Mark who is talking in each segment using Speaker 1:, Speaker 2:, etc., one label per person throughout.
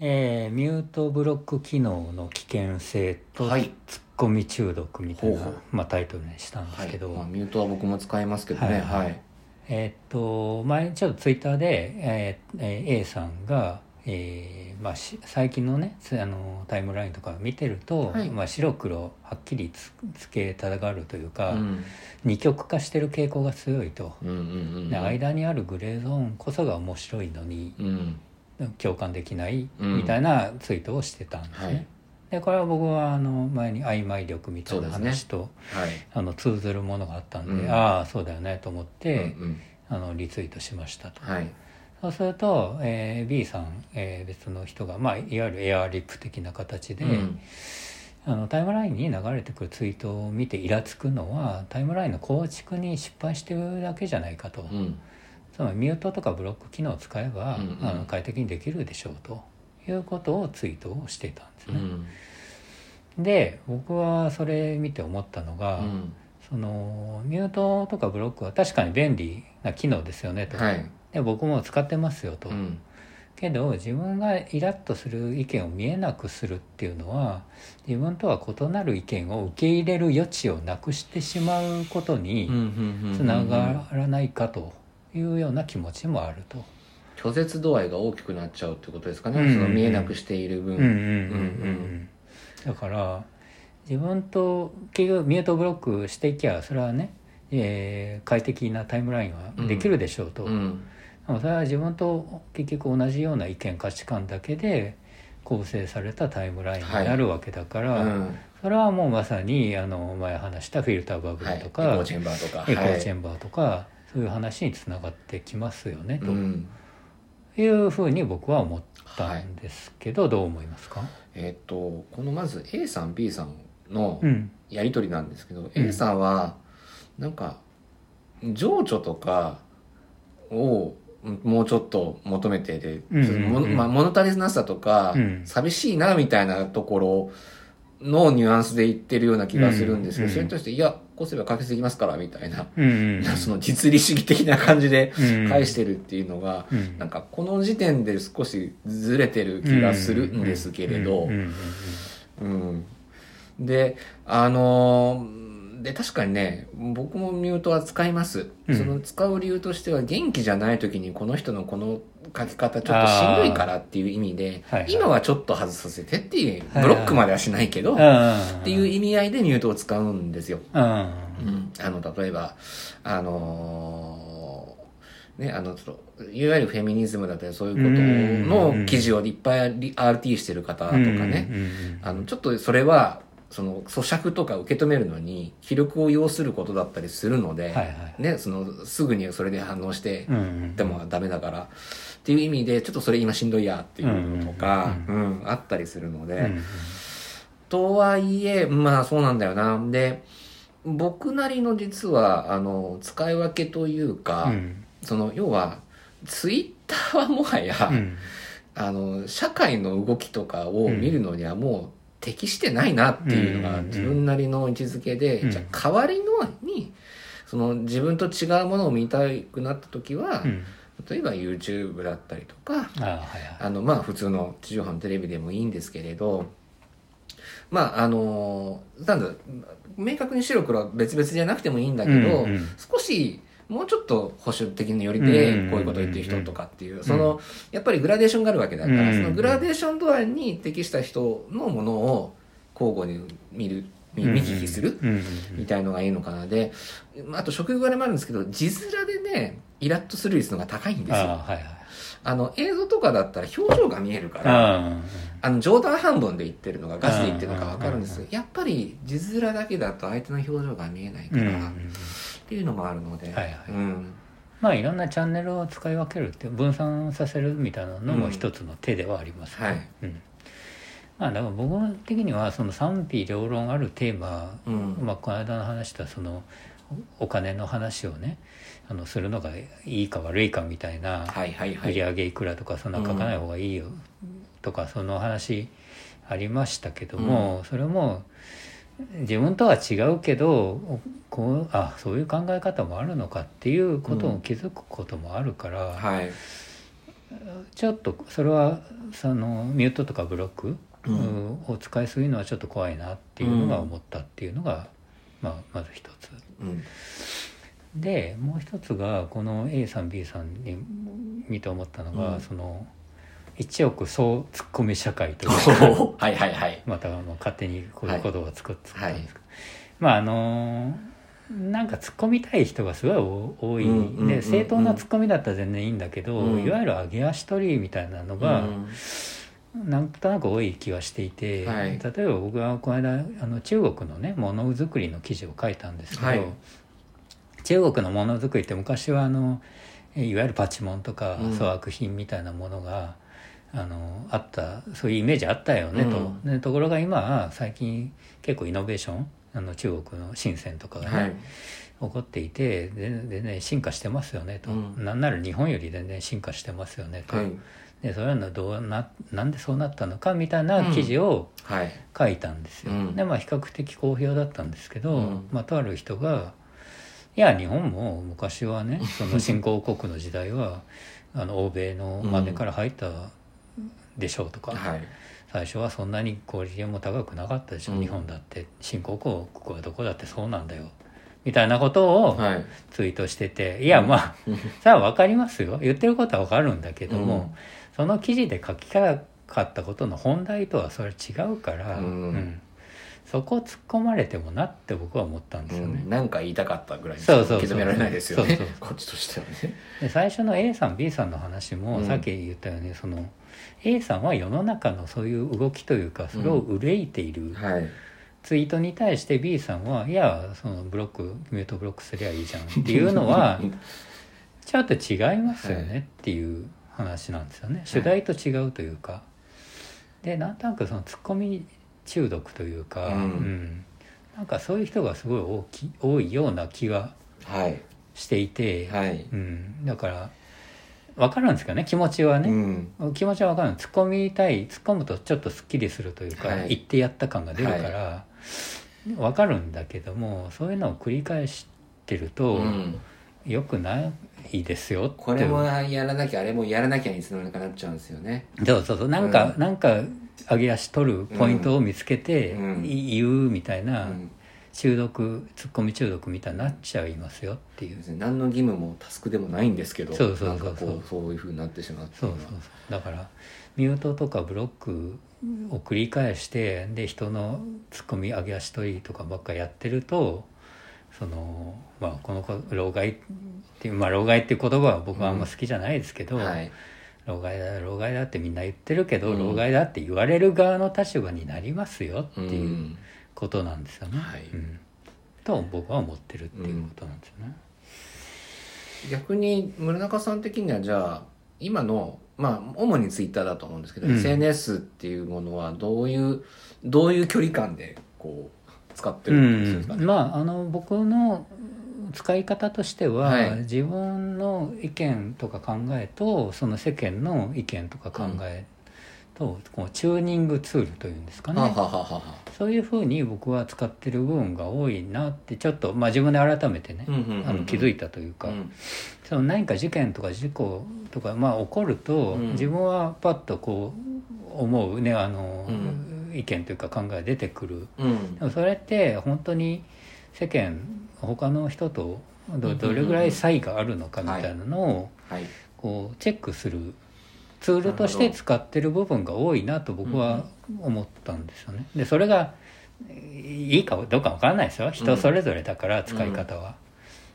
Speaker 1: えーミュートブロック機能の危険性と
Speaker 2: はい
Speaker 1: ツッコミ中毒みたいな、
Speaker 2: ほうほう
Speaker 1: まあ、タイトルにしたんですけど、
Speaker 2: はいまあ、ミュートは僕も使えますけど
Speaker 1: は
Speaker 2: ね
Speaker 1: いはい
Speaker 2: はい
Speaker 1: えーっと前ちょっとツイッターで、えーえー A さんが、えーまあ、し最近のねつあのタイムラインとかを見てると、
Speaker 2: はい
Speaker 1: まあ、白黒はっきりつつけたがるというか、
Speaker 2: うん
Speaker 1: 二極化してる傾向が強いと、
Speaker 2: うんうんうん
Speaker 1: で間にあるグレーゾーンこそが面白いのに
Speaker 2: うん
Speaker 1: 共感できない
Speaker 2: うん
Speaker 1: みたいなツイートをしてたんですね。
Speaker 2: はい
Speaker 1: でこれは僕はあの前に曖昧力みたいな
Speaker 2: そうです
Speaker 1: 話と、
Speaker 2: はい
Speaker 1: あの通ずるものがあったんで、
Speaker 2: うん
Speaker 1: ああそうだよねと思って、
Speaker 2: うんうん
Speaker 1: あのリツイートしましたと。
Speaker 2: はい
Speaker 1: そうすると、えー B さん、えー別の人が、まあ、いわゆるエアーリップ的な形で、
Speaker 2: うん
Speaker 1: あのタイムラインに流れてくるツイートを見てイラつくのはタイムラインの構築に失敗してるだけじゃないかと、
Speaker 2: うん
Speaker 1: つまりミュートとかブロック機能を使えば、
Speaker 2: うんうん
Speaker 1: あの快適にできるでしょうということをツイートをしていたんです
Speaker 2: う
Speaker 1: ね、
Speaker 2: ん
Speaker 1: で僕はそれ見て思ったのが、
Speaker 2: うん
Speaker 1: そのミュートとかブロックは確かに便利な機能ですよねと、
Speaker 2: はい
Speaker 1: で僕も使ってますよと、
Speaker 2: うん
Speaker 1: けど自分がイラッとする意見を見えなくするっていうのは自分とは異なる意見を受け入れる余地をなくしてしまうこと
Speaker 2: うん
Speaker 1: に
Speaker 2: うんうん
Speaker 1: つながらないかというような気持ちもあると。
Speaker 2: 拒絶度合いが大きくなっちゃうってことですかね、
Speaker 1: うんうんうん
Speaker 2: その見えなくしている分、
Speaker 1: うんうんうんうんだから自分と結局ミュートブロックしていきゃそれはね、えー快適なタイムラインはできるでしょうと、
Speaker 2: うん
Speaker 1: でもそれは自分と結局同じような意見価値観だけで構成されたタイムラインになるわけだから、
Speaker 2: うん
Speaker 1: それはもうまさにあの前話したフィルターバブルとか、
Speaker 2: はい、エコーチ
Speaker 1: エ
Speaker 2: ェンバーとか
Speaker 1: コーチェ
Speaker 2: ン
Speaker 1: ンバーとかそういう話につながってきますよね、
Speaker 2: うん、
Speaker 1: というふうに僕は思ったんですけど、どう思いますか、
Speaker 2: えっ、とこのまず A さん B さんの
Speaker 1: うん
Speaker 2: やり取りなんですけど、A さんはなんか情緒とかをもうちょっと求めてで、
Speaker 1: うんうんうん
Speaker 2: ものまあ、物足りなさとか、
Speaker 1: うん
Speaker 2: 寂しいなみたいなところのニュアンスで言ってるような気がするんですけど、
Speaker 1: うんうん
Speaker 2: それに対して「いやこうすれば解決できますから」みたいな、
Speaker 1: うんうん、
Speaker 2: その実利主義的な感じで
Speaker 1: うん
Speaker 2: 返してるっていうのが、
Speaker 1: うん
Speaker 2: なんかこの時点で少しずれてる気がするんですけれど、
Speaker 1: うんうんうん
Speaker 2: うん、であのーで確かにね僕もミュートは使います、
Speaker 1: うん
Speaker 2: その使う理由としては元気じゃない時にこの人のこの書き方ちょっとしんどいからっていう意味で、
Speaker 1: あーはいはい
Speaker 2: 今はちょっと外させてっていう
Speaker 1: はいはい
Speaker 2: ブロックまではしないけど、
Speaker 1: っ
Speaker 2: っていう意味合いでミュートを使うんですよ、
Speaker 1: うん
Speaker 2: うん、あの例えばあのーねあのちょっといわゆるフェミニズムだったりそういうことの記事をいっぱいリ RT してる方とかね、あの、ちょっとそれは、その、咀嚼とか受け止めるのに、気力を要することだったりするので、
Speaker 1: はいはい
Speaker 2: ね、その、すぐにそれで反応して
Speaker 1: うん、うん
Speaker 2: でもダメだから、っていう意味で、ちょっとそれ今しんどいやっていうのとか、
Speaker 1: う
Speaker 2: うん、あったりするので、
Speaker 1: うん
Speaker 2: とはいえ、まあそうなんだよな。で、僕なりの実は、あの、使い分けというか、
Speaker 1: うん
Speaker 2: その、要は、ツイッターはもはや、
Speaker 1: うん
Speaker 2: あの社会の動きとかを見るのにはもう適してないなっていうの
Speaker 1: う
Speaker 2: が
Speaker 1: ん
Speaker 2: 自分なりの位置づけで、
Speaker 1: うん
Speaker 2: じゃあ代わりのにその自分と違うものを見たくなった時は、
Speaker 1: うん
Speaker 2: 例えば YouTube だったりとか
Speaker 1: ああはいはい
Speaker 2: あのまあ普通の地上波のテレビでもいいんですけれどまああのなんだ明確に白黒は別々じゃなくてもいいんだけど、
Speaker 1: うんうん
Speaker 2: 少しもうちょっと保守的により
Speaker 1: うんうんうんうん
Speaker 2: でこういうことを言ってる人とかっていうそのやっぱりグラデーションがあるわけだか
Speaker 1: うんうんう
Speaker 2: ら
Speaker 1: ん
Speaker 2: そのグラデーション度合いに適した人のものを交互に見る見見聞きする
Speaker 1: うんうん
Speaker 2: みたいのがいいのかなであと職業柄もあるんですけど字面でねイラッとする率のが高いんです
Speaker 1: ああ
Speaker 2: よ
Speaker 1: はいはい
Speaker 2: あの映像とかだったら表情が見えるから
Speaker 1: あ
Speaker 2: あの冗談半分で言ってるのがガチで言ってるのか分かるんです
Speaker 1: う
Speaker 2: よやっぱり字面だけだと相手の表情が見えない
Speaker 1: あうん
Speaker 2: か
Speaker 1: うんう
Speaker 2: らっ
Speaker 1: ん
Speaker 2: ていうのもあるので、
Speaker 1: はいはい
Speaker 2: うん
Speaker 1: まあいろんなチャンネルを使い分けるって分散させるみたいなのも一つの手ではありますね、
Speaker 2: はい
Speaker 1: うんまあだから僕的にはその賛否両論あるテーマ
Speaker 2: うん
Speaker 1: まあ、この間の話したそのおお金の話をねあのするのがいいか悪いかみたいな
Speaker 2: はいはいは
Speaker 1: 売り
Speaker 2: い。
Speaker 1: 上げいくらとかそんな書かない方がいいよとかその話ありましたけども、それも自分とは違うけどこうあそういう考え方もあるのかっていうことを気づくこともあるから、
Speaker 2: はい。
Speaker 1: ちょっとそれはそのミュートとかブロック
Speaker 2: うん
Speaker 1: うんを使いすぎるのはちょっと怖いなっていうのが思ったっていうのが、まあ、まず一つ。
Speaker 2: うん
Speaker 1: でもう一つがこの A さん B さんに見て思ったのが、
Speaker 2: うん
Speaker 1: その一億総ツッコミ社会という
Speaker 2: おーはいはいはい
Speaker 1: またあの勝手にこういう言葉を作ってたんですけど、まああのーなんか突っ込みたい人がすごいお多い、
Speaker 2: うんうんうんうん
Speaker 1: で正当な突っ込みだったら全然いいんだけど、
Speaker 2: うん
Speaker 1: いわゆる上げ足取りみたいなの
Speaker 2: う
Speaker 1: が、
Speaker 2: ん
Speaker 1: なんとなく多い気はしていて、
Speaker 2: は
Speaker 1: 例
Speaker 2: い
Speaker 1: えば僕はこの間あの中国のねものづくりの記事を書いたんですけど、
Speaker 2: はい
Speaker 1: 中国のものづくりって昔はあのいわゆるパチモンとか
Speaker 2: うん
Speaker 1: 粗悪品みたいなものが、あのあったそういうイメージあったよねと、でところが今は最近結構イノベーションあの中国の深センとかがね、
Speaker 2: はい
Speaker 1: 起こっていてで全然進化してますよねと、
Speaker 2: うん
Speaker 1: なんなら日本より全然進化してますよねと。
Speaker 2: はい
Speaker 1: でそういうのどうななんでそうなったのかみたいな記事を
Speaker 2: はい
Speaker 1: 書いたんですよ、
Speaker 2: うん
Speaker 1: でまあ比較的好評だったんですけど、
Speaker 2: うん
Speaker 1: まあ、とある人が「いや日本も昔は ねその新興国の時代はあの欧米の真似から入ったでしょう」とか、
Speaker 2: はい
Speaker 1: 最初はそんなにクオリティも高くなかったでしょ、
Speaker 2: うん
Speaker 1: 日本だって新興国ここはどこだってそうなんだよ」みたいなことを
Speaker 2: はい
Speaker 1: ツイートしてていやまあさあ分かりますよ言ってることは分かるんだけども、
Speaker 2: うん
Speaker 1: その記事で書きたかったことの本題とはそれ違うから、
Speaker 2: うん
Speaker 1: そこを突っ込まれてもなって僕は思ったんですよね。
Speaker 2: うんなんか言いたかったぐらい
Speaker 1: そうそうそう
Speaker 2: 受け止められないですよね
Speaker 1: そうそう
Speaker 2: こっちとしてはね
Speaker 1: で最初の A さん B さんの話も、
Speaker 2: うん
Speaker 1: さっき言ったようにその A さんは世の中のそういう動きというかそれを憂いている
Speaker 2: はい
Speaker 1: ツイートに対して B さんはいやそのブロックミュートブロックすりゃいいじゃんっていうの はちょっと違いますよねっていう話なんですよね、主題と違うというか、でなんとなくそのツッコミ中毒というか、
Speaker 2: うん
Speaker 1: んなんかそういう人がすごい大き多いような気が
Speaker 2: はい
Speaker 1: していて、
Speaker 2: はい
Speaker 1: うん、だから分かるんですけどね気持ちは
Speaker 2: う
Speaker 1: ね、
Speaker 2: ん
Speaker 1: 気持ちは分かる突っ込みたい突っ込むとちょっとすっきりするというか、
Speaker 2: はい
Speaker 1: 言ってやった感が出るから、分かるんだけどもそういうのを繰り返してると、
Speaker 2: うん
Speaker 1: よくないですよって
Speaker 2: これもやらなきゃあれもやらなきゃにつの間にかなっちゃうんですよね
Speaker 1: そうそうそうなんか、
Speaker 2: うん
Speaker 1: なんか上げ足取るポイントを見つけて、
Speaker 2: うん
Speaker 1: い言うみたいうな、
Speaker 2: ん
Speaker 1: 中毒ツッコミ中毒みたいになっちゃいますよっていう
Speaker 2: 別に何の義務もタスクでもないんですけど
Speaker 1: そうそう
Speaker 2: な
Speaker 1: そうんそう
Speaker 2: かこうそういうふうになってしまうって
Speaker 1: そ
Speaker 2: いうの
Speaker 1: そ
Speaker 2: は
Speaker 1: うそうだからミュートとかブロックを繰り返してで人のツッコミ上げ足取りとかばっかやってるとそのまあこの子老害っていうまあ老害っていう言葉は僕はあんま好きじゃないですけど、
Speaker 2: はい
Speaker 1: 老害だ老害だってみんな言ってるけど、
Speaker 2: うん
Speaker 1: 老害だって言われる側の立場になりますよって
Speaker 2: う
Speaker 1: いうんことなんですよね。
Speaker 2: はい
Speaker 1: うんと僕は思ってるっていうことなんですよね。
Speaker 2: 逆に村中さん的にはじゃあ今のまあ主にツイッターだと思うんですけど、
Speaker 1: うん
Speaker 2: SNS っていうものはどういうどういう距離感でこう使ってるんですかね、
Speaker 1: まああの僕の使い方としては、
Speaker 2: はい
Speaker 1: 自分の意見とか考えとその世間の意見とか考えと、こうチューニングツールというんですかね。
Speaker 2: はあはあはあはあ
Speaker 1: そういうふうに僕は使ってる部分が多いなってちょっと、まあ、自分で改めてね、
Speaker 2: うんうんうんうん
Speaker 1: あの気づいたというか、
Speaker 2: うん
Speaker 1: その何か事件とか事故とか、まあ、起こると、
Speaker 2: うん
Speaker 1: 自分はパッとこう思うねあの、
Speaker 2: う
Speaker 1: 意見というか考えが出てくる
Speaker 2: うん
Speaker 1: でもそれって本当に世間他の人と
Speaker 2: うんう
Speaker 1: ど
Speaker 2: ん
Speaker 1: どれぐらい差異があるのかみたいなのを
Speaker 2: はい
Speaker 1: こうチェックするツールとして使ってる部分が多いなと僕は思ったんですよね。でそれがえーいいかどうかわからないですよ人それぞれだから使い方は。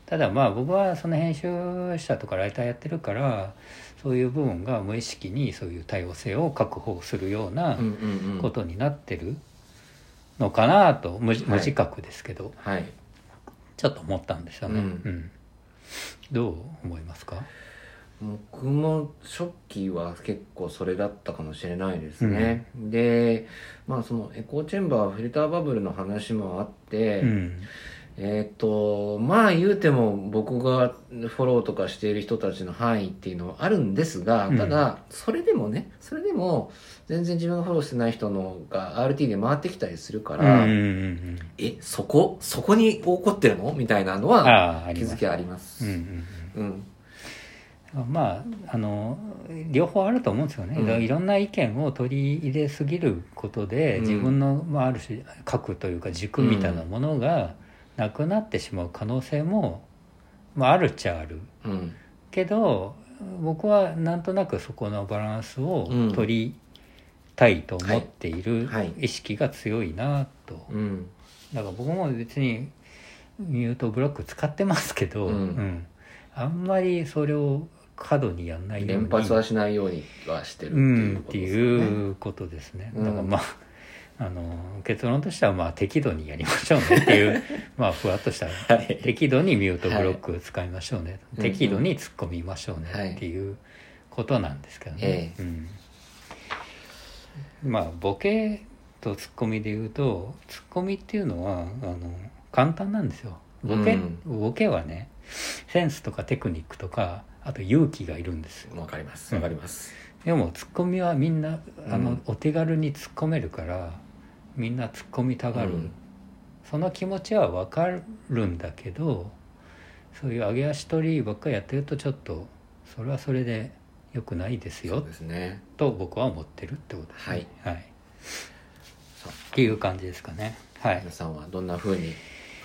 Speaker 1: ただまあ僕はその編集者とかライターやってるからそういう部分が無意識にそういう多様性を確保するような
Speaker 2: うんうんうん
Speaker 1: ことになってるのかなと無,、
Speaker 2: はい
Speaker 1: 無自覚ですけど
Speaker 2: はい
Speaker 1: ちょっと思ったんですよね、
Speaker 2: う
Speaker 1: うんんどう思いますか
Speaker 2: 僕も初期は結構それだったかもしれないですね、でまあそのエコーチェンバーフィルターバブルの話もあって、
Speaker 1: うん
Speaker 2: えっ、とまあ言うても僕がフォローとかしている人たちの範囲っていうのはあるんですが
Speaker 1: うん
Speaker 2: ただそれでもねそれでも全然自分がフォローしてない人のが RT で回ってきたりする
Speaker 1: う
Speaker 2: か
Speaker 1: んうん
Speaker 2: ら、
Speaker 1: うんうん
Speaker 2: えそこそこに怒ってるのみたいなのは
Speaker 1: あああ
Speaker 2: 気
Speaker 1: りま
Speaker 2: づ
Speaker 1: す
Speaker 2: きはあります
Speaker 1: うんうんうん
Speaker 2: うん
Speaker 1: まああの両方あると思うんですよね、いろ
Speaker 2: うん
Speaker 1: いろんな意見を取り入れすぎることで、
Speaker 2: うん
Speaker 1: 自分の、まあ、ある種核というか軸みたいなものがなくなってしまう可能性も、まあ、あるっちゃある
Speaker 2: うん
Speaker 1: けど僕はなんとなくそこのバランスを
Speaker 2: うん
Speaker 1: 取りたいと思っている
Speaker 2: はいはい
Speaker 1: 意識が強いなと、
Speaker 2: うん
Speaker 1: だから僕も別にミュートブロック使ってますけど、
Speaker 2: うん
Speaker 1: うんあんまりそれを過度にやんないように
Speaker 2: 連発はしないようにはしてるっ
Speaker 1: う
Speaker 2: てい
Speaker 1: ん
Speaker 2: う
Speaker 1: っ
Speaker 2: こと
Speaker 1: て
Speaker 2: ですよね。
Speaker 1: いうことですね。
Speaker 2: うん
Speaker 1: だからまああの結論としてはまあ適度にやりましょうねって いうまあふわっとした
Speaker 2: はい
Speaker 1: 適度にミュートブロックを使いましょうね、
Speaker 2: うん
Speaker 1: 適度に突っ込みましょうねっていうことなんですけどね、うんまあボケとツッコミで言うとツッコミっていうのはあの簡単なんですよボケ,、
Speaker 2: うん
Speaker 1: ボケはねセンスとかテクニックとかあと勇気がいるんですよ
Speaker 2: わかります。わかります。
Speaker 1: でもツッコミはみんなあの、
Speaker 2: うん
Speaker 1: お手軽に突っ込めるからみんな突っ込みたがる、
Speaker 2: うん
Speaker 1: その気持ちは分かるんだけどそういう上げ足取りばっかりやってるとちょっとそれはそれで良くないです
Speaker 2: そう
Speaker 1: よ
Speaker 2: ですね。
Speaker 1: と僕は思ってるってことですね、はい
Speaker 2: さあ
Speaker 1: っていう感じですかねはい
Speaker 2: 皆、さんはどんな風に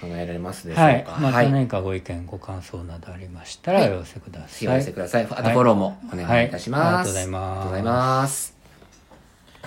Speaker 2: 考えられますでしょうか。
Speaker 1: はい、ま
Speaker 2: は
Speaker 1: た
Speaker 2: い
Speaker 1: 何かご意見、ご感想などありましたらお寄せくだ
Speaker 2: お
Speaker 1: さい、
Speaker 2: 寄せください。あとフォローもお願いいたします。
Speaker 1: はいありがとうございます
Speaker 2: ありがとうございます。